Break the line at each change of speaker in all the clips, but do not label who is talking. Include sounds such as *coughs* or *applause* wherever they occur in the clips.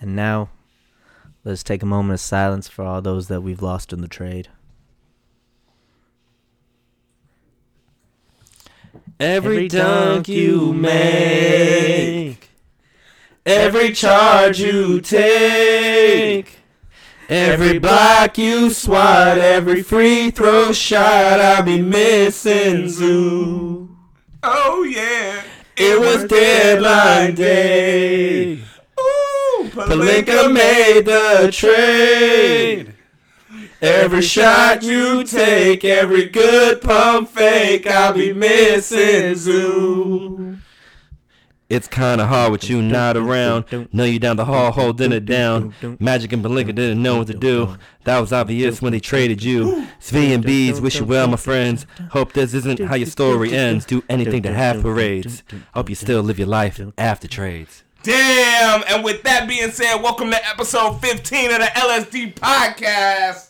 And now, let's take a moment of silence for all those that we've lost in the trade.
Every dunk you make, every charge you take, every block you swat, every free throw shot, I be missing Zoo.
Oh yeah.
It was deadline day.
Ooh,
Palinka made the trade. Every shot you take, every good pump fake, I'll be missing Zoo. It's kinda hard with you not around. Know you down the hall, holding it down. Magic and Belinka didn't know what to do. That was obvious when they traded you. Svi and Bees, wish you well, my friends. Hope this isn't how your story ends. Do anything to have parades. Hope you still live your life after
*laughs*
trades.
Damn! And with that being said, welcome to episode 15 of the LSD podcast.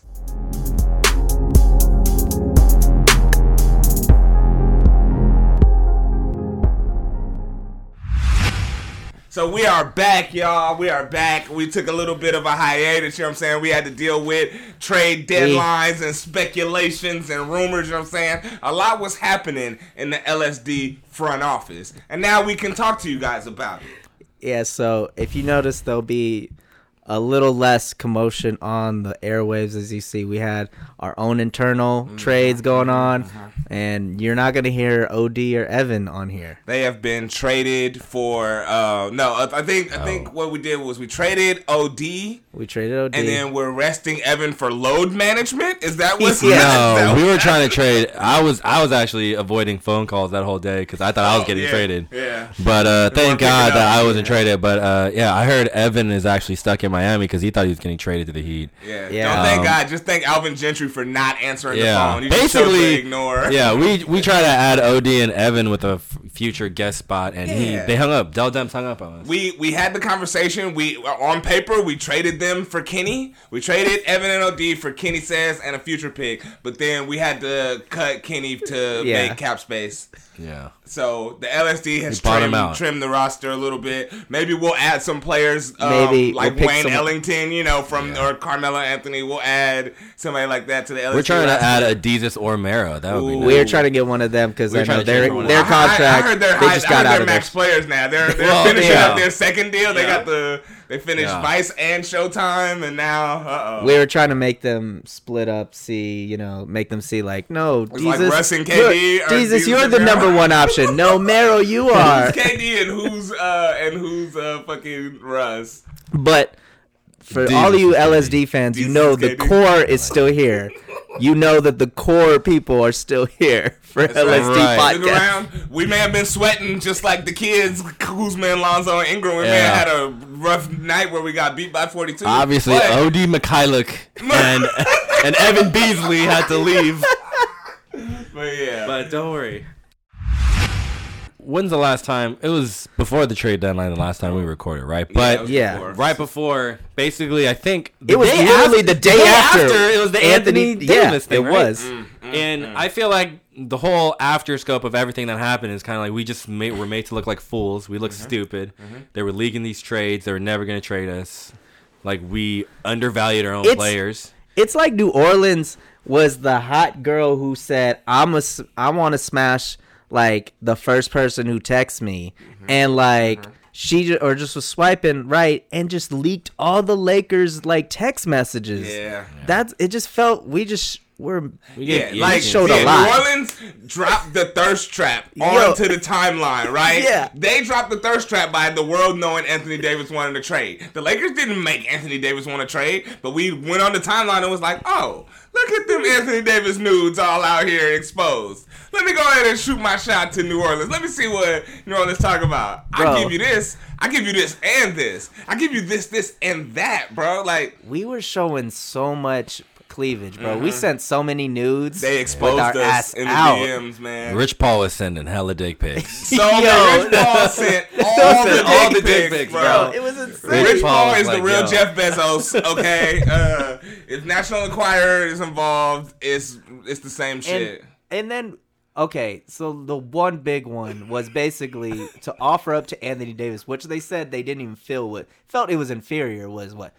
So we are back, y'all. We are back. We took a little bit of a hiatus, you know what I'm saying? We had to deal with trade deadlines and speculations and rumors, you know what I'm saying? A lot was happening in the LSD front office. And now we can talk to you guys about it.
Yeah, so if you notice, there'll be a little less commotion on the airwaves. As you see, we had our own internal trades going on, and you're not going to hear OD or Evan on here.
They have been traded for uh no, I I think I think what we did was we traded OD
We traded OD.
and then we're resting Evan for load management. *laughs* Is that what's
Yeah.
that
*laughs* No, we
what-
were
*laughs*
trying to trade. I was I was actually avoiding phone calls that whole day because I thought I was getting
Oh, yeah,
traded.
Yeah.
But uh, thank
weren't picking
God that
up.
I wasn't traded. But uh, yeah, I heard Evan is actually stuck in Miami because he thought he was getting traded to the Heat.
Yeah.
Yeah.
Don't thank
Um,
God. Just thank Alvin Gentry for not answering the
Yeah,
phone. You Basically, just chose to
basically,
ignore.
yeah, we we try to add Od and Evan with a f- future guest spot, and he
Yeah.
they hung up. Dell Demps hung up on us.
We we had the conversation. We on paper we traded them for Kenny. We traded Evan and OD for Kenny says and a future pick. But then we had to cut Kenny to
Yeah.
make cap space.
yeah,
So the LSD has
We bought 'em
trimmed,
out.
trimmed the roster a little bit. Maybe we'll add some players, um,
Maybe we'll
like
pick
Wayne
some-
Ellington, you know, from or Carmelo Anthony. We'll add somebody like that to the LSD.
we're trying to
roster.
add a Desus or Mero. That would be
Ooh.
nice.
we were trying to get one of them because
We were
I
trying
know
to
their
trade for one.
their
I- I-
contract.
I heard they're,
they
high-
just
I heard
got out
they're
of
max
this.
players now. They're, they're
Well,
finishing
yeah.
up their second deal. They
Yeah.
got the they finished
Yeah.
Vice and Showtime, and now uh oh.
We were trying to make them split up, see, you know, make them see like, no,
It's like
Jesus,
Russ and
you're-
KD or
Jesus,
Jesus
you're
and
the
Mero.
number one option.
*laughs*
No, Mero, you are.
KD and who's uh and who's uh fucking Russ.
But for
Dude,
all of you
this is
LSD fans, you
This
know
is
the
KD.
core is still here. You know that the core people are still here for LSD
right.
Look
podcast.
around. We may have been sweating just like the kids, Kuzma and Lonzo and Ingram. We may
Yeah.
have had a rough night where we got beat by 42.
Obviously, oh. Od
But *laughs*
Mikhailuk and and Evan Beasley had to
*laughs*
leave.
but yeah.
But don't worry.
When's the last time? It was before the trade deadline. The last time we recorded, right?
that
But
was
yeah.
before.
right before, basically, I think the
It was
day
literally
after-
the day after.
It was the Anthony, Davis
yeah,
thing.
It
right?
was.
Mm,
and I feel like the whole after scope of everything that happened is kind of like we just made, were made to look like fools. We looked
Mm-hmm.
stupid. They were leaking these trades. They were never going to trade us. Like we undervalued our own
It's-
players.
It's like New Orleans was the hot girl who said, "I'm a, s- I want to smash like the first person who texts me,"
Mm-hmm.
and like she ju- or just was swiping right and just leaked all the Lakers like text messages.
Yeah.
that's it. Just felt we just were
We
Yeah,
get-
like
we
showed a
yeah,
lot.
New Orleans dropped the thirst trap
*laughs* Yo.
onto the timeline, right?
Yeah.
They dropped the thirst trap by the world knowing Anthony Davis wanted to trade. The Lakers didn't make Anthony Davis want to trade, but we went on the timeline and was like, oh, look at them Anthony Davis nudes all out here exposed. Let me go ahead and shoot my shot to New Orleans. Let me see what New Orleans talk about.
Bro.
I give you this. I give you this and this. I give you this, this, and that, bro. Like,
we were showing so much cleavage, bro. We sent so many nudes.
Mm-hmm. they exposed
our ass
us in the
out.
DMs, man.
Rich Paul was sending hella dick pics.
*laughs* So
Yo.
Rich
*laughs*
Paul sent all the,
Sent all
dick,
the dick
pics,
pics,
bro.
bro.
It was insane.
Rich
Rich
Paul
Paul
is
was
the
like,
real
yo.
Jeff
*laughs*
Bezos, okay? uh, if National Enquirer is involved, it's it's the same
and,
shit.
and then Okay, so the one big one was basically to offer up to Anthony Davis, which they said they didn't even feel what felt it was inferior was what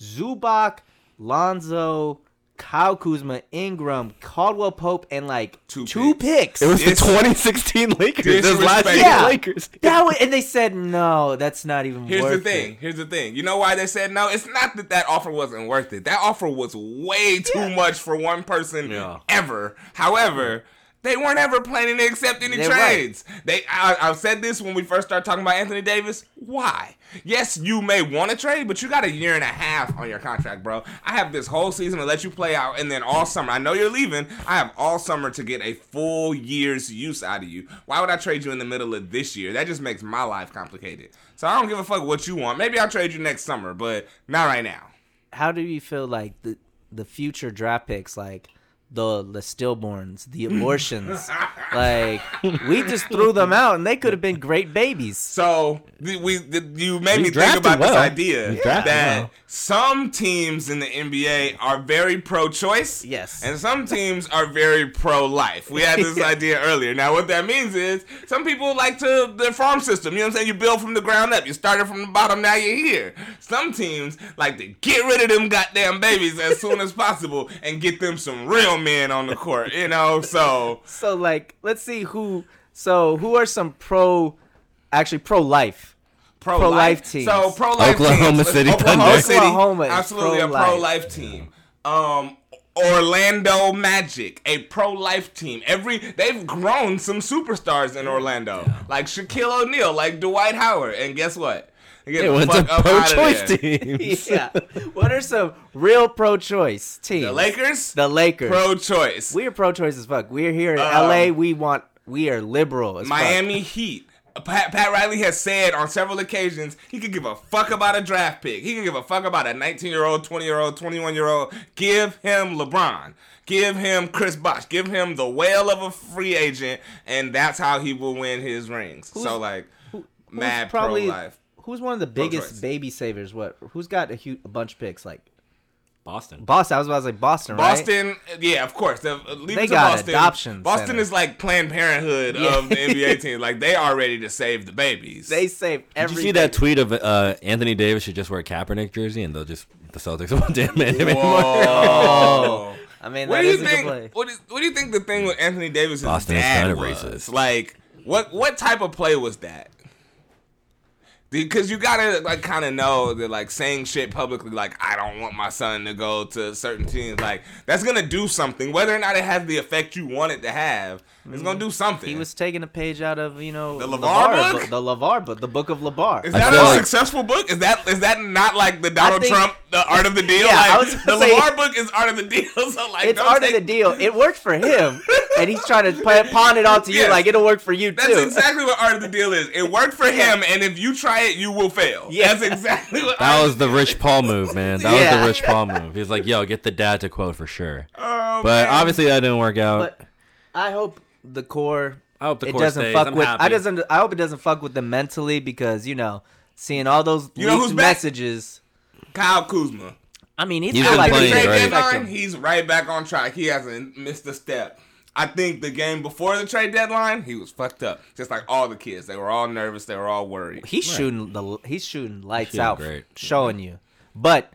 Zubac, Lonzo, Kyle Kuzma, Ingram, Caldwell Pope, and like
Two
two,
picks.
picks.
It was
Dis-
the 2016 Lakers. It was last
Disrespect.
year's
*laughs*
Yeah.
Lakers.
that was, and they said no, that's not even.
Here's
worth
the thing.
It.
Here's the thing. You know why they said no? It's not that that offer wasn't worth it. That offer was way too much for one person
Yeah.
ever. However, they weren't ever planning to accept any
They're right.
trades. They, I, I've said this when we first started talking about Anthony Davis. Why? Yes, you may want to trade, but you got a year and a half on your contract, bro. I have this whole season to let you play out, and then all summer. I know you're leaving. I have all summer to get a full year's use out of you. Why would I trade you in the middle of this year? That just makes my life complicated. So I don't give a fuck what you want. Maybe I'll trade you next summer, but not right now.
How do you feel like the the future draft picks, like the the stillborns, *laughs* the abortions, like we just threw them out, and they could have been great babies.
So th- we, th- you made
We
me think
drafted
about this
well.
idea
We drafted
that
well.
some teams in the NBA are very pro-choice,
Yes.
and some teams are very pro-life. We had this idea earlier. Now, what that means is some people like to the farm system. You know what I'm saying? You build from the ground up. You started from the bottom. Now you're here. Some teams like to get rid of them goddamn babies as soon as possible and get them some real men on the court. You know, so
So like, let's see who. So who are some pro, actually pro life?
pro
Pro-life teams.
So pro life
Oklahoma
teams. Let's-
City
Oklahoma
Thunder.
City,
Oklahoma is
absolutely a
pro-life.
pro life team. Um, Orlando Magic, a pro life team. Every they've grown some superstars in Orlando, like Shaquille O'Neal, like Dwight Howard, and guess what? They get
It
the
was a
fuck up outta
pro-choice
there.
team.
*laughs* Yeah. *laughs* what are some real pro-choice teams?
The Lakers,
The Lakers.
pro choice.
we are pro-choice as fuck. We're here in
Um,
LA. We want. We are liberal as fuck.
Miami Heat. Pat, Pat Riley has said on several occasions he could give a fuck about a draft pick. He could give a fuck about a 19 year old, 20 year old, 21 year old. Give him LeBron. Give him Chris Bosh. Give him the whale of a free agent, and that's how he will win his rings. so like,
Who's
mad pro life.
Who's one of the
choice.
biggest baby savers? What? Who's got a, huge, a bunch of picks? Like
Boston.
Boston. I was about to say Boston. right?
Boston, yeah, of course. The, uh, leave
They
it to
got
Boston.
adoption
Boston
center.
is like Planned Parenthood
Yeah.
of the NBA team. Like they are ready to save the babies.
They save
Did
every.
you see that tweet of uh, Anthony Davis should just wear a Kaepernick jersey and they'll just the Celtics *laughs* won't damn it anymore?
*laughs*
Whoa.
I mean,
What
that
do you
is a good
think?
play.
What, is, what do you think the thing with Anthony Davis'
Boston is
dad
kinda
was?
racist.
Like, what what type of play was that? Because you gotta like kind of know that like saying shit publicly, like I don't want my son to go to certain teams, like that's gonna do something, whether or not it has the effect you want it to have. It's gonna do something.
Mm. He was taking a page out of you know
The LeVar book?
the Lavar book, the book of Lavar.
is
I
that a
feel like-
successful book? Is that is that not like the Donald
think-
Trump, the Art
*laughs*
of the Deal?
Yeah,
like,
I was
the
gonna say-
Lamar book is Art of the Deal. *laughs* So like,
It's
don't
part
take-
of the deal. It worked for him,
*laughs*
and he's trying to play, pawn it all to you.
Yes.
Like it'll work for you
That's
too.
exactly what art of the deal is. It worked for him, and if you try it, you will fail.
Yeah.
That's exactly what.
That
Art-
was the Rich Paul move, man. That
Yeah.
was the Rich Paul move. He was like, "Yo, get the dad to quote for sure."
Oh,
But
man.
obviously that didn't work out.
But I hope the core.
I hope the
it
core
doesn't
stays.
fuck
I'm
with. I
happy.
doesn't. I hope it doesn't fuck with them mentally because you know, seeing all those
You know
leaked
who's back?
messages.
Kyle Kuzma.
I mean, he's
He's
not
been
like
After the
playing,
trade
right?
deadline, he's right back on track. He hasn't missed a step. I think the game before the trade deadline, he was fucked up. Just like all the kids, they were all nervous. They were all worried.
He's shooting the. He's shooting lights
Shooting
out,
great.
showing you. But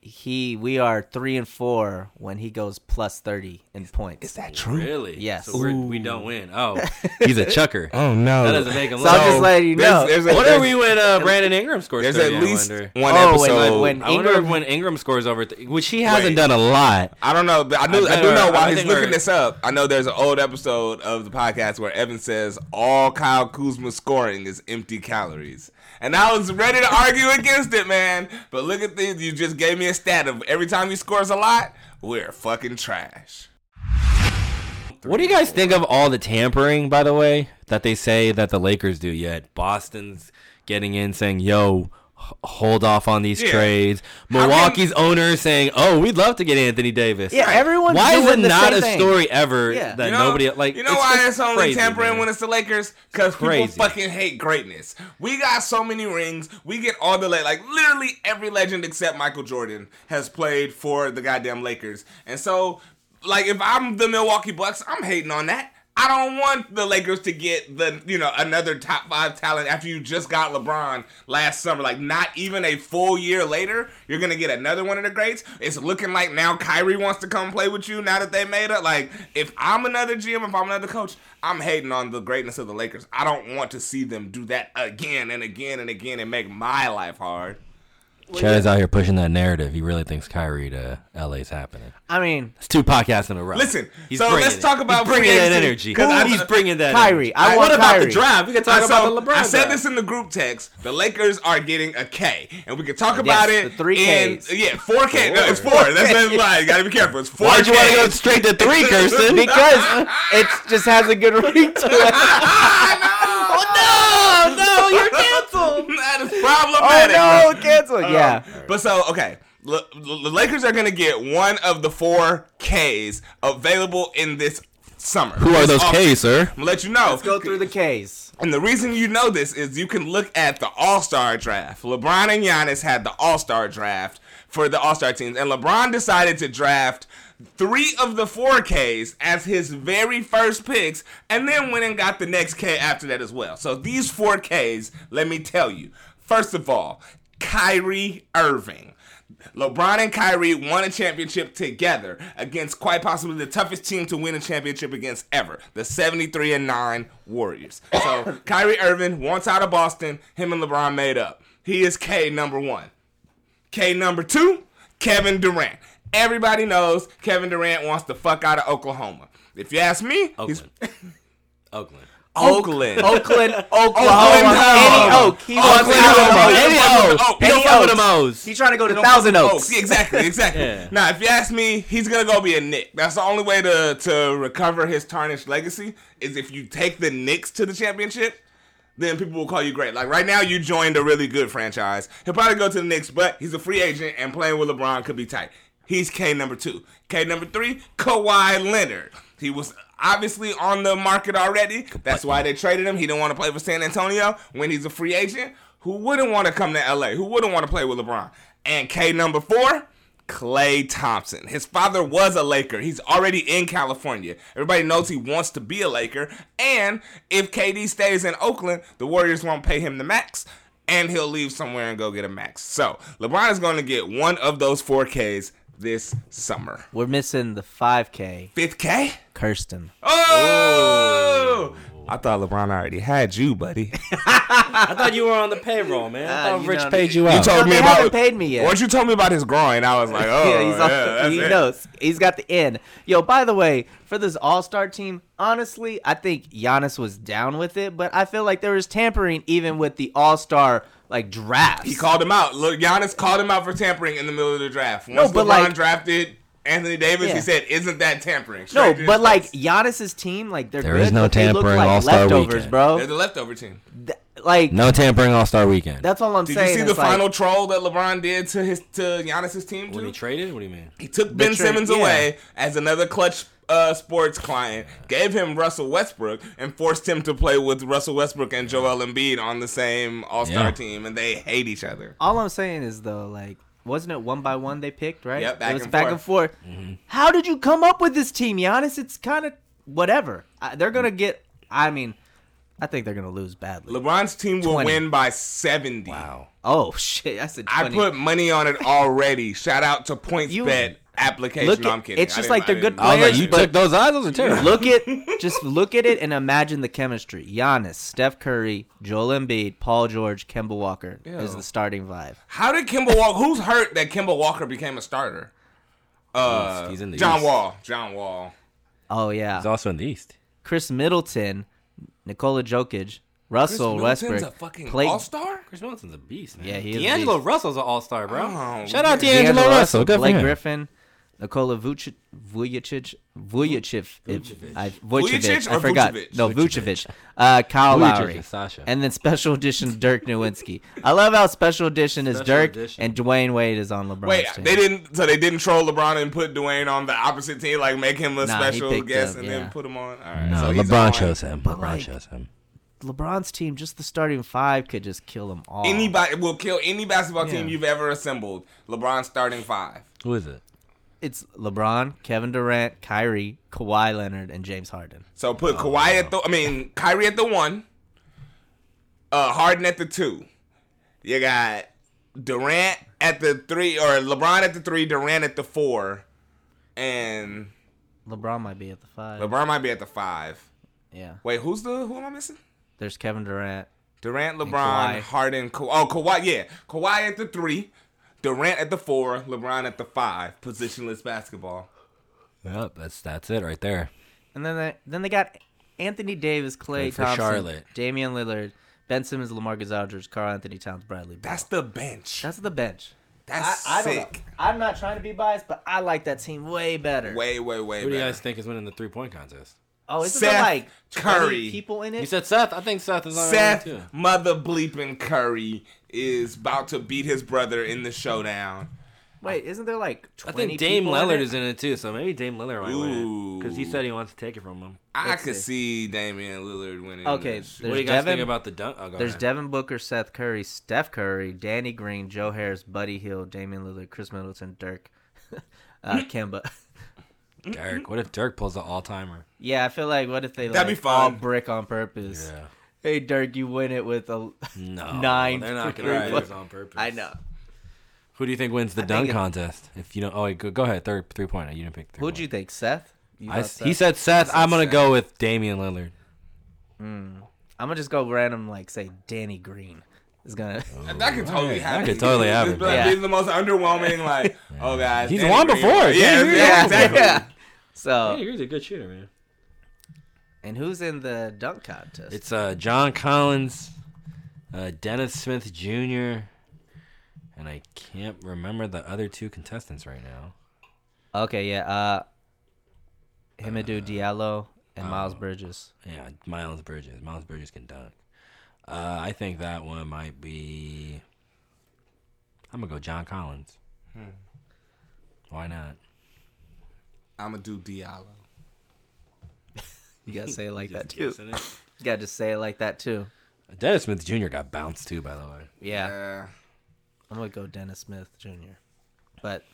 he, we are three and four when he goes plus thirty in points.
that true?
Really?
Yes.
So we're, we don't win.
*laughs*
Oh, he's a chucker. *laughs* that
Oh no!
doesn't make him
So I'm
look.
just letting you know.
There's, there's a,
What
there's,
are we when uh, Brandon Ingram scores?
There's
30,
at
I
least
wonder?
one
Oh, when-
episode.
when-
I wonder
Ingram-
if when Ingram scores over, th- which he hasn't
Wait.
done a lot.
I don't know. but I do. I,
I
do
better-
know
I
while he's
think
looking
we're-
this up. I know there's an old episode of the podcast where Evan says all Kyle Kuzma scoring is empty calories, and I was ready to argue against it, man. But look at this. You just gave me a stat of every time he scores a lot, we're fucking trash.
What do you guys think of all the tampering, by the way, that they say that the Lakers do yet? Boston's getting in saying, yo, h- hold off on these
Yeah.
trades.
can-
Milwaukee's owner saying, oh, we'd love to get Anthony Davis.
yeah, everyone's
Why is
doing
it
the
not
same
a
thing.
story ever
Yeah.
that
You
nobody like?
You know
it's
why
just
it's only
crazy,
tampering
man.
when it's the Lakers? Because people
crazy.
fucking hate greatness. We got so many rings. We get all the la- like literally every legend except Michael Jordan has played for the goddamn Lakers, and so like if I'm the Milwaukee Bucks, I'm hating on that. I don't want the Lakers to get the you know another top five talent after you just got LeBron last summer. Like not even a full year later, you're gonna get another one of the greats. It's looking like now Kyrie wants to come play with you now that they made it. Like if I'm another GM, if I'm another coach, I'm hating on the greatness of the Lakers. I don't want to see them do that again and again and again and make my life hard.
Chad's out here pushing that narrative. He really thinks Kyrie to LA's happening.
I mean,
It's two podcasts in a row.
Listen,
he's
so
bringing
let's
it.
talk about
he's bringing
free
that
agency.
energy.
'Cause I-
he's bringing that.
Kyrie.
energy.
I want
what about
Kyrie.
the draft? We can
I,
talk
saw-
about the LeBron.
I said
draft.
this in the group text. The Lakers are getting a K, and we can talk about
Yes,
it.
the three
in-
Ks.
yeah, four K. No, it's four. That's
*laughs*
not a lie. You gotta be careful. It's four.
Why'd you want to
*laughs*
go
Ks.
straight to three, Kirsten?
because it just has a good ring to it.
oh no, no, you're canceled.
that is problematic.
Oh
bro.
no, cancel. Yeah.
Um, But so okay, L- L- the Lakers are gonna get one of the four Ks available in this summer.
Who are
This
those
off-
K's, sir?
I'm gonna let you know.
Let's go through the K's.
And the reason you know this is you can look at the All Star draft. LeBron and Giannis had the All Star draft for the All Star teams, and LeBron decided to draft three of the four Ks as his very first picks, and then went and got the next K after that as well. So these four Ks, let me tell you. First of all, Kyrie Irving. LeBron and Kyrie won a championship together against quite possibly the toughest team to win a championship against ever, the 73 and 9 Warriors. So Kyrie Irving, once out of Boston, him and LeBron made up. He is K number one. K number two, Kevin Durant. Everybody knows Kevin Durant wants the fuck out of Oklahoma. If you ask me, he's
Oakland. Oakland.
Oakland.
Oakland,
Oh,
Oklahoma,
Oklahoma.
any Oak. He wants
Oakland,
out of
Oklahoma.
Oak. Any
Any Oak.
Oak.
He
Any
Any
Oak. With
Oak.
them O's.
He's trying to go to Thousand Oaks.
Yeah, Exactly, exactly.
Yeah.
Now, if you ask me, he's gonna go be a Nick. That's the only way to to recover his tarnished legacy is if you take the Knicks to the championship. Then people will call you great. Like right now, you joined a really good franchise. He'll probably go to the Knicks, but he's a free agent and playing with LeBron could be tight. He's K number two. K number three, Kawhi Leonard. He was obviously on the market already. That's why they traded him. He didn't want to play for San Antonio when he's a free agent. Who wouldn't want to come to LA? Who wouldn't want to play with LeBron? And K number four, Clay Thompson. His father was a Laker. He's already in California. Everybody knows he wants to be a Laker. And if KD stays in Oakland, the Warriors won't pay him the max. And he'll leave somewhere and go get a max. So LeBron is going to get one of those 4Ks this summer.
We're missing the five K.
Fifth K?
Kirsten.
Oh! I thought LeBron already had you, buddy.
*laughs*
I thought you were on the payroll, man. I
Ah,
thought
you
Rich
know,
paid you
You
out.
told
No,
me
they
about
haven't paid me yet.
Once you told me about his groin, I was like,
*laughs*
oh,
yeah, he's on, *laughs*
that's
he
it.
knows. He's got the in. Yo, by the way, for this All Star team, honestly, I think Giannis was down with it, but I feel like there was tampering even with the All Star like drafts.
He called him out. Look, Giannis called him out for tampering in the middle of the draft. Once
but
LeBron
like-
drafted Anthony Davis, he
Yeah.
said, "Isn't that tampering?" Straight
no,
to his
but like
face.
Giannis's team, like they're
There
good,
is no
but they look
tampering
like
All-Star
leftovers,
weekend.
they're
bro.
the leftover team.
Th- like
No tampering All Star Weekend.
that's all I'm
Did
saying.
you see the
It's like-
final troll that LeBron did to his to Giannis's team?
when
too?
he traded. What do you mean?
He took Ben
trade,
Simmons
yeah.
away as another clutch uh, sports client, gave him Russell Westbrook, and forced him to play with Russell Westbrook and Joel Embiid on the same All Star
Yeah.
team, and they hate each other.
All I'm saying is though, like, wasn't it one by one they picked, right?
Yep, back
it was
and
back
forth.
and forth. How did you come up with this team, Giannis? It's kind of whatever. I, they're gonna get. I mean, I think they're gonna lose badly.
LeBron's team will
20.
win by seventy.
Wow.
Oh shit, that's a
I
funny.
put money on it already. Shout out to
*laughs*
PointsBet
You-
application.
look
No,
at-
I'm kidding.
it's
I
just
didn't-
like
I
they're
didn't-
good
I was like,
Players,
you
but-
took those eyes. Those are terrible.
*laughs* Look at just look at it and imagine the chemistry. Giannis, Steph Curry, Joel Embiid, Paul George, Kemba Walker is the starting vibe.
How did Kimball Walker? Who's hurt that Kimball Walker became a starter? Uh,
He's- he's in the
John
East.
Wall. John Wall.
Oh yeah,
He's also in the East.
Chris Middleton, Nikola Jokic, Russell
Chris Middleton's
Westbrook,
a fucking
Klay-
all star.
Chris Middleton's a beast, man.
Yeah, he is a
D'Angelo
beast.
Russell's an all star, bro.
Oh,
Shout out
yeah.
D'Angelo Russell. Good for
Blake
him.
Griffin, Nikola Vucic, Vujacic, Vujacic, I, Vucevic,
Vucevic
I
or
forgot.
Vucevic?
No, Vucevic, uh, Kyle
Vucevic
Lowry,
and Sasha.
and then special edition Dirk Nowitzki. I love how special edition is
Special
Dirk
edition.
and Dwayne Wade is on LeBron's
Wait,
team.
they didn't. So they didn't troll LeBron and put Dwayne on the opposite team, like make him a
Nah, he
special
picked
guest
up,
and
yeah.
then put him on. All right,
No,
so he's on.
Uh, LeBron chose him. LeBron
like-
chose him.
LeBron's team, just the starting five, could just kill them all.
Anybody will kill any basketball team
Yeah.
you've ever assembled. LeBron starting five.
Who is it?
it's LeBron, Kevin Durant, Kyrie, Kawhi Leonard, and James Harden.
So
Oh,
put Kawhi at the, I mean Kyrie at the one, uh, Harden at the two. You got Durant at the three, or LeBron at the three, Durant at the four, and
LeBron might be at the five.
LeBron might be at the five.
Yeah,
Wait, who's the who am I missing?
there's Kevin Durant.
Durant, LeBron,
Kawhi.
Harden, Ka- oh Kawhi, yeah, Kawhi at the three, Durant at the four, LeBron at the five. Positionless basketball.
Yep, that's that's it right there.
And then they, then they got Anthony Davis, Clay
Played for
Thompson,
Charlotte.
Damian Lillard, Ben Simmons, Lamar Aldridge, Carl Anthony Towns, Bradley. Beal.
That's the bench.
that's the bench.
That's sick.
I'm not trying to be biased, but I like that team way better.
Way, way, way.
Who do you
better.
guys think is winning the three point contest?
oh, isn't
Seth
there like 20
Curry.
people in
You
it?
said Seth. I think Seth is on there
Seth
too.
Mother Bleeping Curry is about to beat his brother in the showdown.
Wait, isn't there like 20
I think Dame
people in
Lillard
it?
is in it too, so maybe Dame Lillard might win
Ooh.
because he said he wants to take it from him.
I
Let's
could see.
see.
Damian Lillard winning.
Okay,
this.
there's
what do you guys
Devin-
think about the dunk? Oh, go
There's
ahead.
Devin Booker, Seth Curry, Steph Curry, Danny Green, Joe Harris, Buddy Hill, Damian Lillard, Chris Middleton, Dirk, *laughs* uh, Kemba. *laughs*
Dirk. What if Dirk pulls the all timer?
yeah, I feel like what if they
That'd be
like all
fun.
brick on purpose? Hey Dirk, you win it with *laughs* a.
No.
Nine
They're not
free
going to
*laughs*
do
points.
this on purpose.
I know.
Who do you think wins the
think
dunk
it-
contest? If you don't, oh, wait, go, go ahead. Third three pointer. You didn't pick. Three
Who'd you think, Seth? You
I,
thought
s- he said Seth. I'm gonna
Seth.
go with Damian Lillard.
I'm gonna just go random, like say Danny Green is gonna.
*laughs*
*laughs*
that could totally
That
happen.
could
*laughs*
totally
This-
happen,
This
yeah.
is the most underwhelming. Like, oh guys,
He's
Danny
won
Green.
before.
Yeah,
Danny Green
yeah,
won
exactly.
yeah. So,
he's a good shooter, man.
and who's in the dunk contest?
It's uh, John Collins, uh, Dennis Smith Jr., and I can't remember the other two contestants right now.
okay, yeah. Uh, Hamidou Diallo and Miles Bridges.
Yeah, Miles Bridges. Miles Bridges can dunk. Uh, I think that one might be. I'm gonna go John Collins. Why not?
I'm gonna do Diallo.
You gotta say it
*laughs*
like that too.
Isn't it?
You gotta just say it like that too.
Dennis Smith Jr. got bounced too, by the way.
Yeah,
Yeah.
I'm gonna go Dennis Smith Jr. But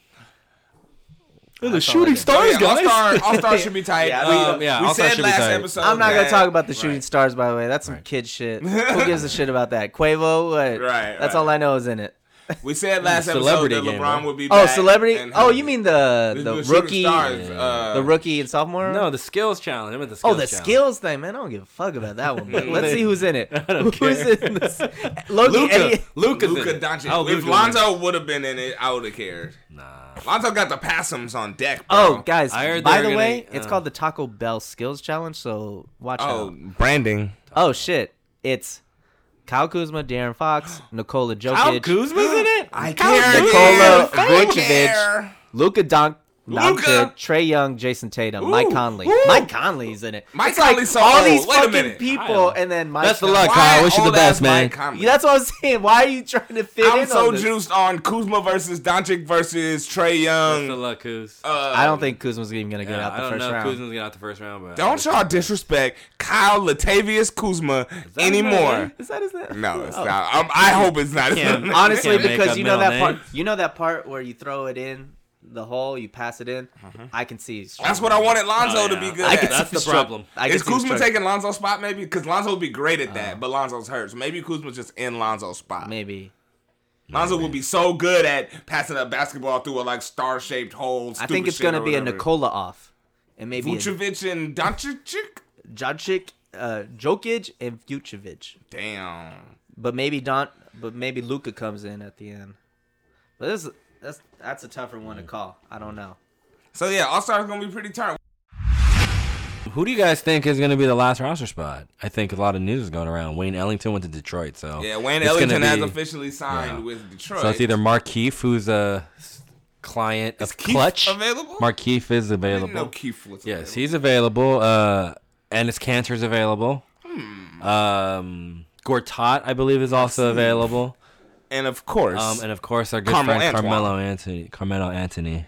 the
shooting
stars,
Oh, yeah, All
*laughs*
Star, All Star should be tight.
Yeah,
Uh,
we- yeah,
we
All-Star
said
should be
last
tight.
episode.
I'm not gonna
that-
talk about the shooting
Right.
stars, by the way. That's some
Right.
kid
*laughs*
shit. Who gives a shit about that? Quavo. What?
Right,
That's
right.
all I know is in it.
We said last episode
celebrity
that
game,
LeBron
right?
would be.
Oh,
back
celebrity.
and
Oh,
healthy.
you mean the
This
the
is shooting
rookie,
stars, uh,
the rookie and sophomore?
No, the skills challenge. I meant the skills
Oh, the
challenge.
skills thing, man. I don't give a fuck about that one.
*laughs*
But let's see who's in it.
I don't
who's
care.
in this? Loki,
Luca,
Eddie-
Luca,
Luka Doncic.
Oh,
if Lonzo would have been in it, I would have cared.
Nah.
Lonzo got the passums on deck. Bro.
Oh, guys.
I heard
By
they
the
were gonna-
way, it's
uh,
called the Taco Bell Skills Challenge. So watch
Oh,
out.
branding.
Oh shit! It's Kyle Kuzma, Darren Fox, Nikola
Al
Jokic,
Kuzma's in it.
I
Nikola
care. I
Vucevic.
care.
Luca Donk.
Luka.
Luca, Trey Young, Jason Tatum, Mike
Ooh,
Conley.
ooh.
Mike Conley's in it.
Mike
it's like
Conley's so
all
old.
these
Wait a
fucking
minute.
people,
Kyle.
and then Mike.
Best of
Conley.
luck, Kyle. Wish you the
old-ass
best, man.
Mike Conley?
Yeah, that's what I was saying. Why are you trying to fit
I'm
in
so
on this?
juiced on Kuzma versus Doncic versus Trey
Best of
Young.
luck, Kuz.
Uh,
I don't think Kuzma's even gonna get
Yeah,
out
I
the
don't
first
know if
round.
Kuzma's getting out the first round, but
don't y'all disrespect Kyle Latavius Kuzma anymore.
Is that his name? Oh.
No, it's not. i I hope it's not.
Yeah.
Honestly,
Oh. Can't make
because
up
you know
middle
that part.
names.
You know that part where you throw it in the hole, you pass it in. I can see. His
That's what I wanted Lonzo
Oh,
to
yeah.
be good
I
at.
can see Mm-hmm. That's the
his struggle.
problem.
I can Oh. see
Is
his
Kuzma
struggle.
taking Lonzo's spot maybe? Because Lonzo would be great at that, but Lonzo's hurt. So maybe Kuzma's just in Lonzo's spot.
Maybe.
Lonzo would be so good at passing a basketball through a like star shaped hole.
I think it's gonna be a Nikola off, and maybe a
Vucevic and Doncic.
Jokic, uh, Jokic, and Vucevic.
Damn.
But maybe Don. But maybe Luca comes in at the end. But this that's that's a tougher one
Mm.
to call. I don't know.
So yeah, All Star is gonna be pretty tight.
Who do you guys think is going to be the last roster spot? I think a lot of news is going around. Wayne Ellington went to Detroit, so
Yeah, Wayne
it's gonna
Ellington has
be-
officially signed
yeah.
with Detroit.
So it's either Markeef, who's a s- client of
Keith
Clutch.
available?
Markeef is
I didn't know
available.
Keith was
Yes,
available.
he's available. Uh, Ennis Cantor's available.
Hmm.
Um, Gortat, I believe, is also available.
and of course,
Um, and of course, our good
Carmelo
friend
Antoine.
Carmelo Anthony. Carmelo Anthony,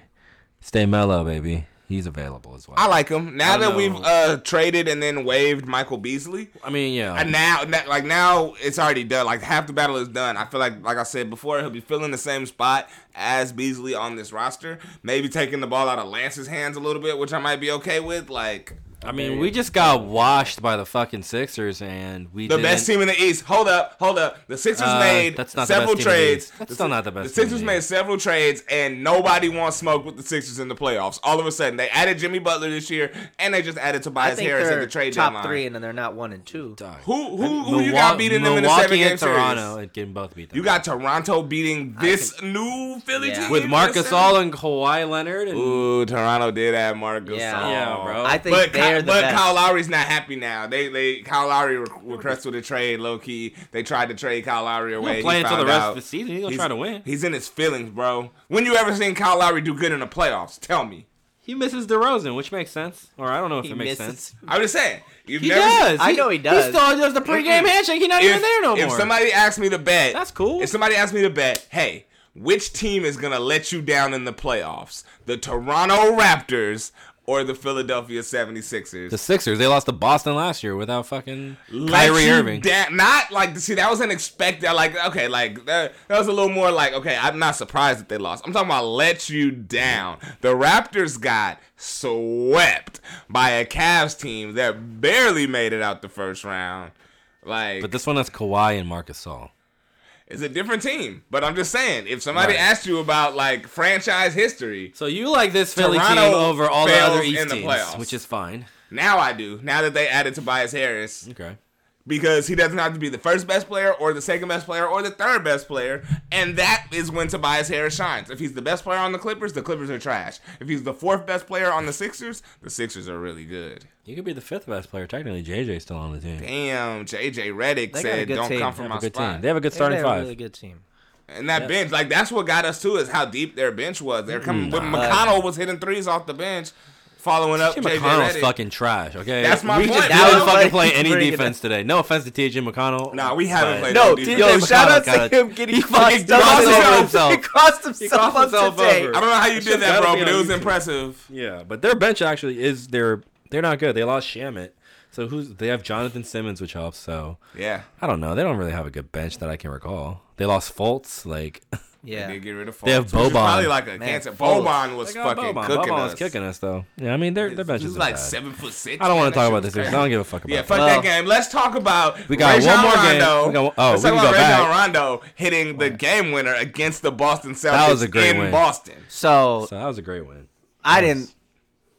stay mellow, baby. He's available as well.
I like him. Now
I
that
know.
we've uh, traded and then waived Michael Beasley,
I mean, yeah.
and now na- like now it's already done. Like half the battle is done. I feel like like I said before, he'll be filling the same spot as Beasley on this roster. Maybe taking the ball out of Lance's hands a little bit, which I might be okay with. Like
I mean, we just got washed by the fucking Sixers, and we
the
didn't-
best team in the East. Hold up, hold up. The Sixers
Uh,
made
that's not the
several
best team in the
trades.
East. That's
The
still
Si-
not the best
The
team in
Sixers
the
made
East.
several trades, and nobody wants smoke with the Sixers in the playoffs. All of a sudden, they added Jimmy Butler this year, and they just added
I
Tobias
think
Harris at
they're
the trade
top
deadline.
three, and then they're not one and two.
Dog.
Who who,
And
who you got
Milwa-
beating them in a
Milwaukee
seven game
and
series?
Toronto and getting both beat them.
You got Toronto beating this new Philly
Yeah.
team
with
in
Marcus
seven-
All and Kawhi Leonard and
Ooh, Toronto did have Marcus.
Yeah.
All.
Yeah, bro.
I think
But, Ky-
they're the
but
best.
Kyle Lowry's not happy now. They they Kyle Lowry re- requested a trade low key. They tried to trade Kyle Lowry
He
away.
gonna
He
play until the
found
rest
out.
of the season. He's gonna
He's-
try to win.
He's in his feelings, bro. When you ever seen Kyle Lowry do good in the playoffs? Tell me.
He misses DeRozan, which makes sense. Or I don't know if
He
it makes
misses.
sense.
I'm just saying. You've
He
never
does.
I know he does.
He still does the pregame handshake. He's not
If,
even there no
if
more.
somebody asked me to bet,
That's cool.
If somebody asked me to bet, hey, which team is gonna let you down in the playoffs? The Toronto Raptors or the Philadelphia 76ers?
the Sixers, they lost to Boston last year without fucking
Let
Kyrie
you
Irving.
da- not like see that was unexpected. Like okay, like that, that was a little more like okay. I'm not surprised that they lost. I'm talking about let you down. The Raptors got swept by a Cavs team that barely made it out the first round. Like
But this one has Kawhi and Marcus All.
it's a different team. But I'm just saying, if somebody
Right.
asked you about like franchise history,
So you like this Philly
Toronto
team over all the other
fails in
East
the
teams,
playoffs.
which is fine.
now I do. Now that they added Tobias Harris,
Okay.
because he doesn't have to be the first best player or the second best player or the third best player. And that is when Tobias Harris shines. If he's the best player on the Clippers, the Clippers are trash. If he's the fourth best player on the Sixers, the Sixers are really good.
You could be the fifth best player. Technically, JJ's still on the team.
Damn, JJ Reddick
They got a
said,
good
"Don't
team.
come
They
from
They
my
have a good
spot."
team. They have a good
They're
starting
a
five.
really good team.
and that bench, like that's what got us too, is how deep their bench was. They're coming
Mm.
when McConnell was hitting threes off the bench, following up
Jim
JJ
McConnell's
Reddick.
fucking trash. Okay,
That's my
we
point,
Just,
bro.
didn't fucking play
Like,
any
bring it
defense today. No offense to T.J. McConnell.
Nah, we haven't played
No,
defense.
t-
T.J.
yo, shout out to
McConnell
him *laughs* getting
fucking
crossed up.
crossed
over.
himself. *laughs*
He crossed himself,
crossed himself
up today.
over.
I don't know how you did that,
gotta
bro,
be
but it
on
was
YouTube.
impressive.
Yeah, but their bench actually is their. They're not good. They lost Shamit. So who's they have Jonathan Simmons, which helps. So
Yeah,
I don't know. They don't really have a good bench that I can recall. They lost Fultz. Like
they
Yeah,
did get rid of. Fultz,
They have
which is
Boban.
Probably like a
Man,
cancer.
Fultz.
Boban was fucking
Boban.
cooking
Boban
us.
was kicking us though. Yeah, I mean their their bench
He's
is
like
like bad.
seven foot six.
I don't want
man.
to
That
talk
shit
about
was
this. I
crazy.
don't give a fuck about.
Yeah,
Yeah,
fuck
Well-
that game. Let's talk about
We got
Rajon
one more game.
Rondo.
We got- oh,
Let's
we
talk
can
about
go
Rajon
back.
Rondo hitting the game winner against the Boston Celtics
was a great
in
win.
Boston.
so
So that was a great win.
I didn't.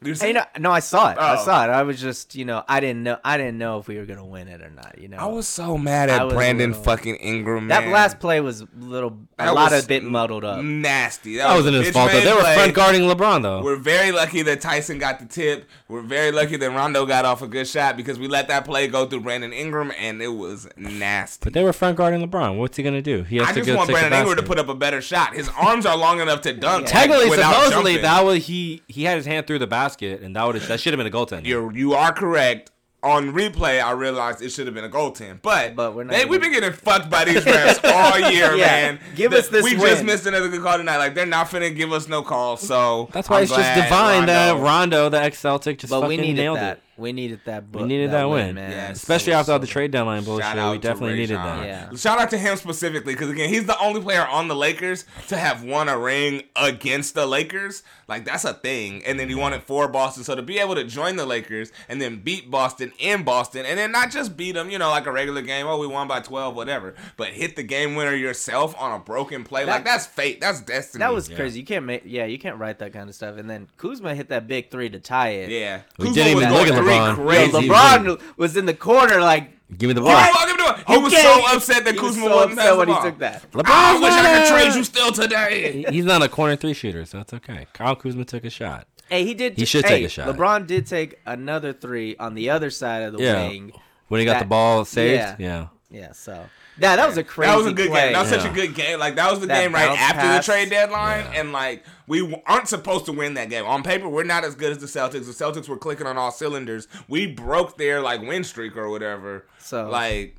You
Hey,
see?
no, no, I saw it. I
Oh.
saw it. I was just, you know, I didn't know. I didn't know if we were gonna win it or not. You know,
I was so mad
I
at
was a
Brandon
little-
fucking Ingram.
that
man.
last play was a little, a
That
lot
was mm,
of bit muddled up.
Nasty.
That wasn't his
bitch
fault though.
made
They were
play.
front guarding LeBron though.
We're very lucky that Tyson got the tip. We're very lucky that Rondo got off a good shot because we let that play go through Brandon Ingram and it was nasty.
But they were front guarding LeBron. What's he gonna do? He has
I
to
just
go
want
take the
Brandon Ingram to
basket.
put up a better shot. His arms are long enough to dunk.
Technically,
like, without
supposedly
jumping.
that was he. He had his hand through the basket, and that would that should have been a goaltender.
You're, you are correct. On replay, I realized it should have been a goal ten, but,
But we're not
they-
gonna-
we've been getting fucked by
*laughs*
these refs all year,
Yeah.
man.
Give us this
We just
win.
missed another good call tonight. Like they're not finna give us no call, so
That's why
I'm
it's just
glad
divine that
Rondo-
Rondo, the ex Celtic, just
But
fucking
we needed
nailed
that.
it.
We needed that. Bu-
We needed that, win,
man.
Yes.
especially after all the trade deadline bullshit.
Shout out
We
to
definitely needed
Rajon.
that.
Yeah.
Shout out to him specifically because again, he's the only player on the Lakers to have won a ring against the Lakers. Like that's a thing. And then he won it for Boston, so to be able to join the Lakers and then beat Boston in Boston, and then not just beat them, you know, like a regular game. Oh, we won by twelve, whatever. But hit the game winner yourself on a broken play. like
That-
that's fate. That's destiny.
That was crazy. You can't make. Yeah, you can't write that kind of stuff. And then Kuzma hit that big three to tie it.
yeah.
We
Kuzma
didn't
was
even look
going
at
three
LeBron.
Yo,
Crazy.
Yo,
LeBron was in the corner like
Give me the
Oh,
ball.
I'll give it to him. He was
Okay.
so upset that
he was
Kuzma
so
wasn't
upset when he
passing the
took
ball.
that.
I wish I could
LeBron.
trade you still today.
He- He's not a corner three shooter, so it's okay. Kyle Kuzma took a shot.
Hey, he did.
He should
hey,
take a shot.
LeBron did take another three on the other side of the
Yeah.
wing.
When he got
That-
the ball saved,
yeah.
yeah.
Yeah. So yeah, that was a crazy.
That was a good
play.
game. That was such
Yeah.
a good game. Like that was the
That
game right
bounce
after
pass.
the trade deadline, and like we w- aren't supposed to win that game. On paper, we're not as good as the Celtics. The Celtics were clicking on all cylinders. We broke their like win streak or whatever.
So-
like,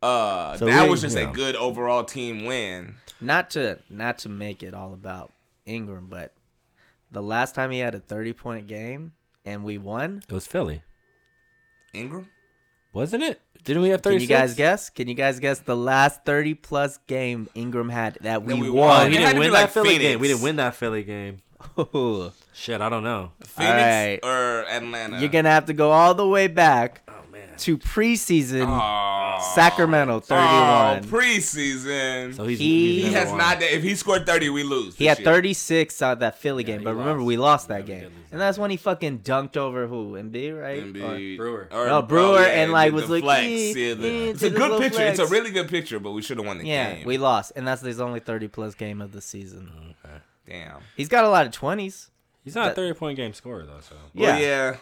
uh,
So
that
we-
was just
yeah.
a good overall team win.
Not to not to make it all about Ingram, but the last time he had a 30 point game and we won.
It was Philly,
Ingram.
wasn't it? Didn't we have
Can
thirty?
you guys guess? Can you guys guess the last 30 plus game Ingram had that we,
we
Oh,
won?
we
It
didn't
had to be
win
like
that Philly
Phoenix.
game. We didn't win that Philly game. Shit, I don't know.
Phoenix
right.
or Atlanta?
*laughs* You're going to have to go all the way back
Oh man.
to preseason
Oh.
Sacramento 31.
Oh, preseason.
So he's,
He-
he's
he
never
has
won.
not. If he scored thirty, we lose.
he had
this year.
36 out of that Philly
Yeah,
game,
he
but remember
lost.
we lost
Yeah,
that
we did
game.
lose that
And that's when he fucking dunked over who? Embiid, right? Or-
Embiid.
Brewer.
Or-
No, Brewer and, like,
the
was like,
flex,
eh,
yeah, the-
eh,
it's a
did the
good
little
picture. It's a
flex.
really good picture, but we should have won the
Yeah,
game.
we lost, and that's his only thirty plus game of the season.
Damn.
He's got a lot of twenties.
He's not a
That-
thirty-point game scorer though. So
Yeah.
Well, yeah.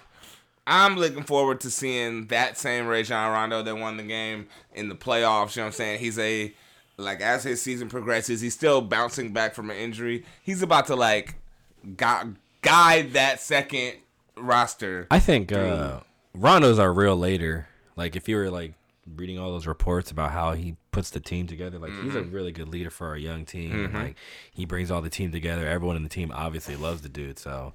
I'm looking forward to seeing that same Ray John Rondo that won the game in the playoffs. You know what I'm saying? He's a like as his season progresses, he's still bouncing back from an injury. He's about to like gu- guide that second roster.
I think uh, Rondo's our real later. Like if you were like reading all those reports about how he puts the team together, like he's
Mm-hmm.
a really good leader for our young team. and, Like he brings all the team together. Everyone in the team obviously loves the dude. So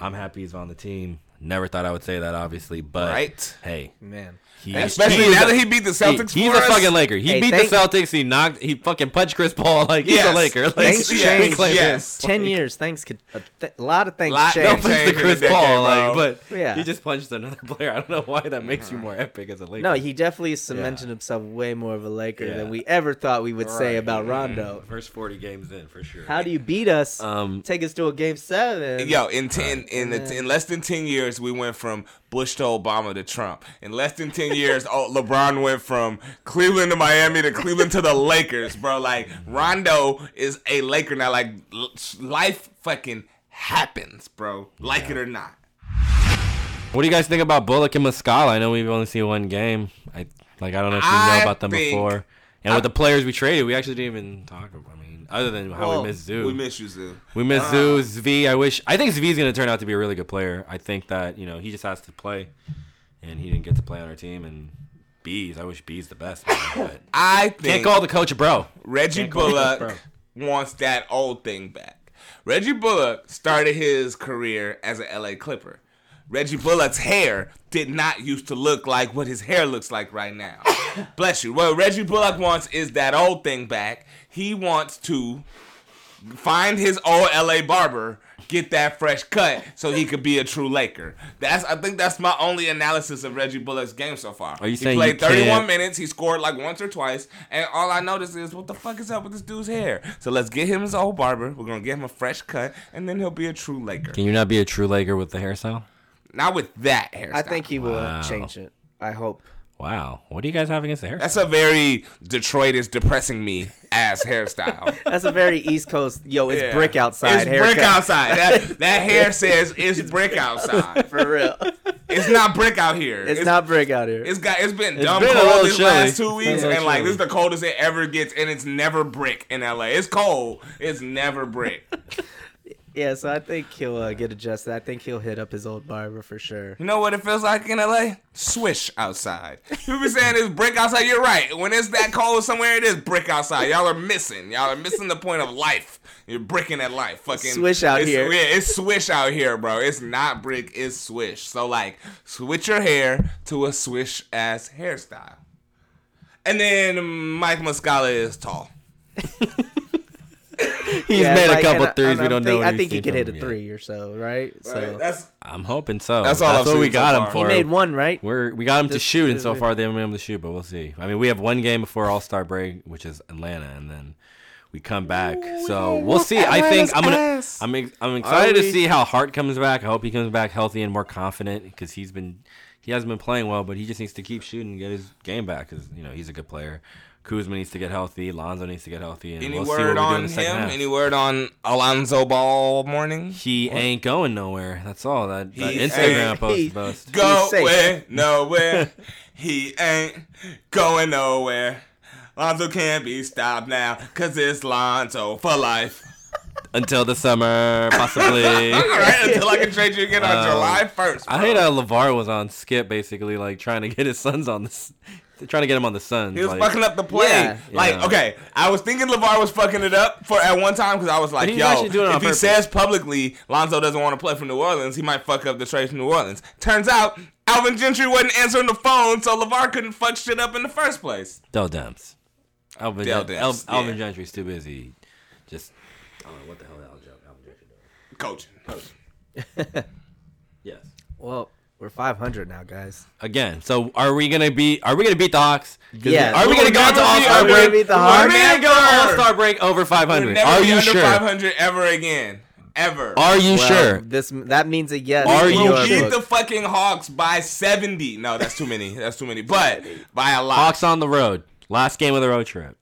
I'm happy he's on the team. Never thought I would say that, obviously, but
Right.
hey,
Man,
he,
Especially
he's
now
a-
that he beat
he-
the Celtics.
he's
for
a
us.
fucking Laker. He
Hey,
beat
thank-
the Celtics. He knocked. He fucking punched Chris Paul. *laughs* Like he's
Yes.
a Laker. Like,
Thanks,
he's
Shane.
a Laker.
Yes.
ten years, things could a th- a lot of things
Lot- *laughs*
No
change.
Nope.
offense to
Change in a
Chris
decade,
Paul,
bro.
like, but
Yeah.
he just punched another *laughs* player. I don't know why that makes you more epic as a Laker.
No, he definitely cemented himself way more of a Laker than
Yeah.
we ever thought we would say
Right.
about Rondo.
first forty games in for sure.
How do you beat us?
Um,
Take us to a game seven.
Yo, in ten, in, the, in less than ten years, we went from Bush to Obama to Trump. In less than ten years, oh, LeBron went from Cleveland to Miami to Cleveland to the Lakers, bro. Like Rondo is a Laker now. Like l- life fucking happens, bro. Like it or not.
what do you guys think about Bullock and Muscala? I know we've only seen one game. I like. I don't know if you
I
know about them
think-
before. And with the players we traded, we actually didn't even talk. About, I mean, other than how
Well,
we missed Zoo,
We miss you, Zoo.
We miss
Ah.
Zoo, Zvi. I wish. I think Zvi's going to turn out to be a really good player. I think that you know he just has to play, and he didn't get to play on our team. And Bees, I wish Bees the best. man,
*coughs*
but
I think
can't call the coach a bro.
Reggie
call it,
Bullock wants that old thing back. Reggie Bullock started his career as an LA Clipper. Reggie Bullock's hair did not used to look like what his hair looks like right now. *coughs* Bless you. What Reggie Bullock wants is that old thing back. He wants to find his old LA barber, get that fresh cut so he could be a true Laker. That's I think that's my only analysis of Reggie Bullock's game so far.
Are you
he
saying you
played 31
can't-
minutes, he scored like once or twice, and all I noticed is what the fuck is up with this dude's hair? So let's get him his old barber. We're going to get him a fresh cut and then he'll be a true Laker.
Can you not be a true Laker with the hairstyle?
Not with that hairstyle.
I think he will
Wow.
change it. I hope.
Wow, what do you guys have against the hairstyle?
that's a very Detroit is depressing me ass hairstyle.
That's a very East Coast. Yo, it's
Yeah.
brick outside.
It's
haircut.
brick outside. That, that hair says it's brick outside.
*laughs* for real.
It's not brick out here.
It's, not brick out here.
It's got it's been dumb
been a
cold
little
this
chilly.
last two
It's been
weeks,
a little
and like this is the
chilly.
coldest it ever gets, and it's never brick in LA. It's cold. It's never brick.
Yeah, so I think he'll uh, get adjusted. I think he'll hit up his old barber for sure.
You know what it feels like in LA? Swish outside. You be saying it's brick outside. You're right. When it's that cold somewhere, it is brick outside. Y'all are missing. Y'all are missing the point of life. You're bricking at life. Fucking
Swish out
it's-
here.
Yeah, it's swish out here, bro. It's not brick. It's swish. So like, switch your hair to a swish ass hairstyle. And then Mike Muscala is tall.
He's
Yeah,
made
like,
a couple
and I-
threes.
and
we
I'm
don't know.
think-
what
I
he's
think he
seen
could
from
hit a
him yet.
three or so, right? So
That's
I'm hoping so.
That's all I've
what
seen
we
so
got
far.
him
He
he
for.
made one, right?
We're we got him to
This-
shoot, and
this
so
is-
far they haven't been able to shoot. But we'll see. I mean, we have one game before All Star break, which is Atlanta, and then we come back. So we'll see. I think I'm gonna. I'm ex- I'm excited to
we-
see how Hart comes back. I hope he comes back healthy and more confident because he's been he hasn't been playing well, but he just needs to keep shooting and get his game back because you know he's a good player. Kuzma needs to get healthy. Lonzo needs to get healthy. And
Any
we'll see what we
word
do in
on
the
him?
second half.
Any word on Alonzo Ball morning?
He ain't going nowhere. That's all. That, that
He
Instagram
ain't-
post
he-
is bust.
Go
safe.
where, nowhere. he ain't going nowhere. Lonzo can't be stopped now, cause it's Lonzo for life.
Until the
*laughs*
summer, possibly. *laughs*
All right, until I can trade you again on
Um,
July first.
I hate how LeVar was on skip basically, like trying to get his sons on this. They're trying to get him on the Suns.
He was
like,
fucking up the play.
Yeah.
Like,
Yeah.
okay, I was thinking Levar was fucking it up for at one time because I was like,
he's
yo,
actually
if
doing it on
he
purpose.
says publicly Lonzo doesn't want to play for New Orleans, he might fuck up the trade from New Orleans. Turns out Alvin Gentry wasn't answering the phone, so Levar couldn't fuck shit up in the first place.
Dell Demps. Alvin,
Dell
Gen-
Demps,
Al-
yeah.
Alvin Gentry's too busy. Just I don't know what the hell Alvin Gen- Alvin Gentry doing.
Coaching.
Yes.
Well, we're 500 now, guys.
Again, so are we gonna beat? Are we gonna beat the Hawks? 'Cause
Yeah.
Are we
We
gonna
will
go into
never
All
beat-
Star
are we
gonna
break?
beat the
Are we
Hawks?
gonna go
Never.
All Star break over five
We'll
hundred?
never
Are
be
you
under
sure?
500 ever again. Ever.
Are you
Well,
sure?
This that means a yes.
Are
to
you
We'll
your
sure?
beat
book.
the fucking Hawks by 70. No, that's too many. That's too many. But by a lot.
Hawks on the road. Last game of the road trip.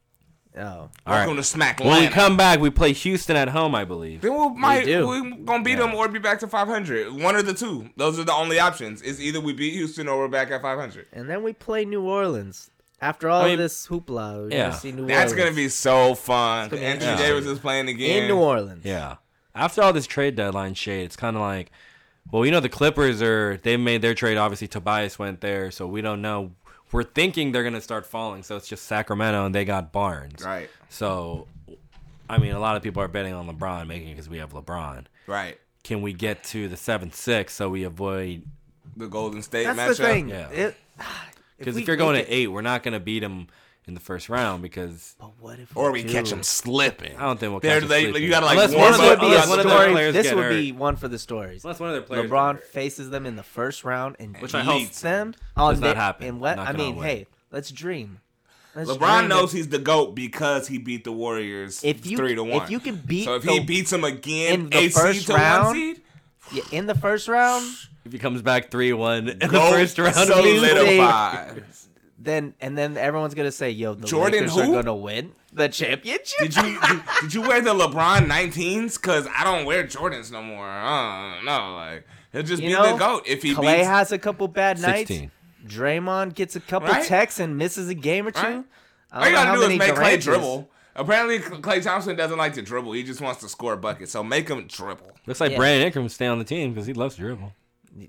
Oh.
All
Welcome
right.
to Smack
When we come back, we play Houston at home, I believe.
Then we might we
do.
are gonna beat them or be back to 500. One of the two. Those are the only options. It's either we beat Houston or we're back at 500.
And then we play New Orleans. After all
I mean-
of this hoopla, we're
Yeah.
gonna see New
That's gonna
Orleans.
be so fun.
gonna be
Anthony
interesting.
Davis is playing again.
in New Orleans.
Yeah. After all this trade deadline shade, it's kind of like, well, you know, the Clippers are they made their trade. Obviously, Tobias went there, so we don't know. We're thinking they're gonna start falling, so it's just Sacramento, and they got Barnes.
Right.
So, I mean, a lot of people are betting on LeBron making because we have LeBron.
Right.
Can we get to the seventh, six, so we avoid?
The Golden State
That's
matchup.
the thing.
Yeah.
It- *sighs*
Because
we
if, you're going
make
to eight, we're not gonna beat them in the first round because
But what if
Or we
do?
catch them slipping.
I don't think we'll
They're-
catch them
they-
sleeping.
you gotta, like,
Unless
warm
one
This
of
up.
their-
would be a
unless one of their
story.
players
This
get
would be
hurt.
one for the stories.
Unless one of their players.
LeBron faces them in the first round and
Which
Which
I hope
them on
does
the-
not happen.
And what
Knock
I
it on
mean,
wood.
hey, let's dream. Let's
LeBron
dream
knows
that-
he's the goat because he beat the Warriors
If you-
three to
if
one.
you can beat
so if he
the-
beats them again
in the
eight seed
first
to one
round,
seed,
yeah, in the first round.
If he comes back three one in the
goat
first round,
of the
solidifies.
Then and then everyone's gonna say, "Yo, the
Jordan
Lakers
who?
are gonna win the championship."
Did you did, did you wear the LeBron 19s? Cause I don't wear Jordans no more. Uh, no, like he'll just
You
be
know,
the goat if he
Clay
beats.
has a couple bad nights.
16.
Draymond gets a couple
Right?
texts and misses a game or two.
Right?
I
All
don't
you
know
gotta
how
do is
many
make Clay
Durant's.
dribble. Apparently, Clay Thompson doesn't like to dribble. He just wants to score buckets. So make him dribble.
Looks like
Yeah.
Brandon Ingram stay on the team because he loves to dribble.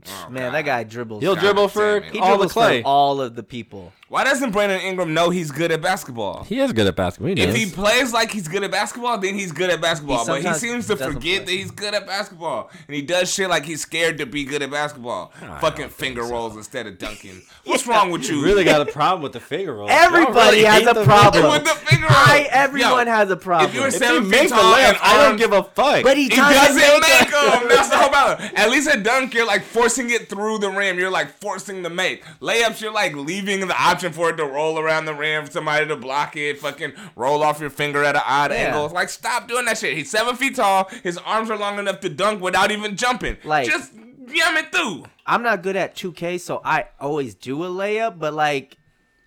Oh,
Man, that guy dribbles.
He'll dribble for
damn it.
he
all the
dribbles for
clay.
all of the people.
Why doesn't Brandon Ingram know he's good at basketball?
He is good at basketball. He
If he
does.
plays like he's good at basketball, then he's good at basketball.
He
but he
sometimes
seems to
doesn't
forget
play.
that he's good at basketball, and he does shit like he's scared to be good at basketball.
I
Fucking
don't
finger rolls instead of dunking. What's wrong with you?
You really got a problem with the finger roll.
Everybody has a problem.
*laughs* With the finger roll.
I everyone
Yo,
has a problem.
If you're
If
seven
he makes
feet
the
tall,
layup,
and
I don't
armed-
give a fuck.
but he
He
doesn't,
doesn't
make,
make
it. *laughs*
them. That's the whole problem. At least a dunk, you're like forcing it through the rim. You're like forcing the make. Layups, you're like leaving the option for it to roll around the rim, for somebody to block it, fucking roll off your finger at an odd
Yeah.
angle. Like, stop doing that shit. He's seven feet tall. His arms are long enough to dunk without even jumping.
Like-
just yum it through.
I'm not good at 2K, so I always do a layup. But like,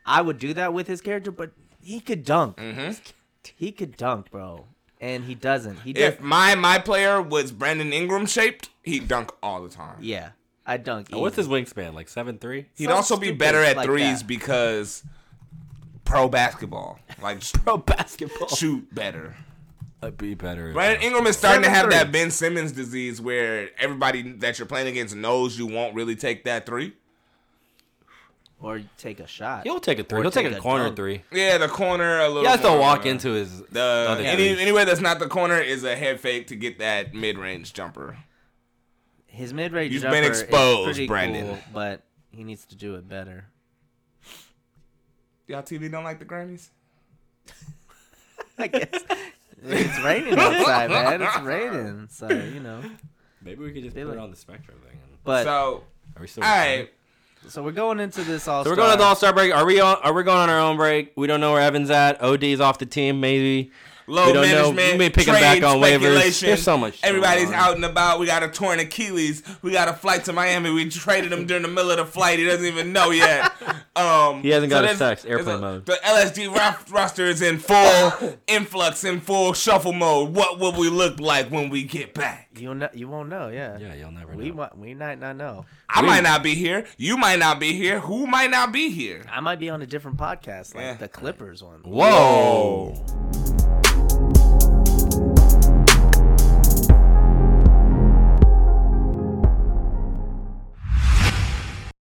I would do that with his character. But he could dunk.
Mm-hmm.
He could dunk, bro. And he doesn't. He does.
If my my player was Brandon Ingram shaped, he'd dunk all the time.
yeah, I dunk.
Oh, What's his wingspan? Like seven three?
He'd
So
also be
stupid
better at
like
threes
that.
because pro basketball, like
Pro basketball.
shoot better.
I'd be better.
Brandon Ingram is starting to have
Seven
that Ben Simmons disease where everybody that you're playing against knows you won't really take that three.
Or take a shot.
He'll take a three.
Or
He'll take,
take
a
a
corner
dunk.
three.
Yeah, the corner a little.
He has to
corner.
walk into his
the
other
any,
threes.
anywhere that's not the corner is a head fake to get that mid range jumper.
His mid range
You've
jumper
been
is
exposed,
pretty
Brandon.
cool, but he needs to do it
*laughs*
better.
Y'all TV don't like the Grammys.
I guess it's raining outside, man.
*laughs*
It's raining, so you know.
Maybe we could just put
like-
it on the spectrum thing.
But so,
so
Are we still?
all right,
we're going into this all.
So we're going to the All Star break. Are we on? Are we going on our own break? We don't know where Evan's at. OD's off the team. Maybe.
low
We don't know.
management.
We may pick him
trade
back on waivers.
speculation.
There's so much going
Everybody's
on.
out and about. We got a torn Achilles. We got a flight to Miami. We traded him during the middle of the flight. He doesn't even
*laughs*
know yet. Um,
He hasn't got his
there's-
text, airplane
there's
mode.
The LSD ro- roster is
*laughs*
in full influx, in full shuffle mode. What will we look like when we get back?
You'll know, you won't know, yeah.
Yeah, you'll never
we
know.
might we might not know.
I
We-
might not be here. You might not be here. Who might not be here?
I might be on a different podcast, like
Yeah.
the Clippers one.
Whoa.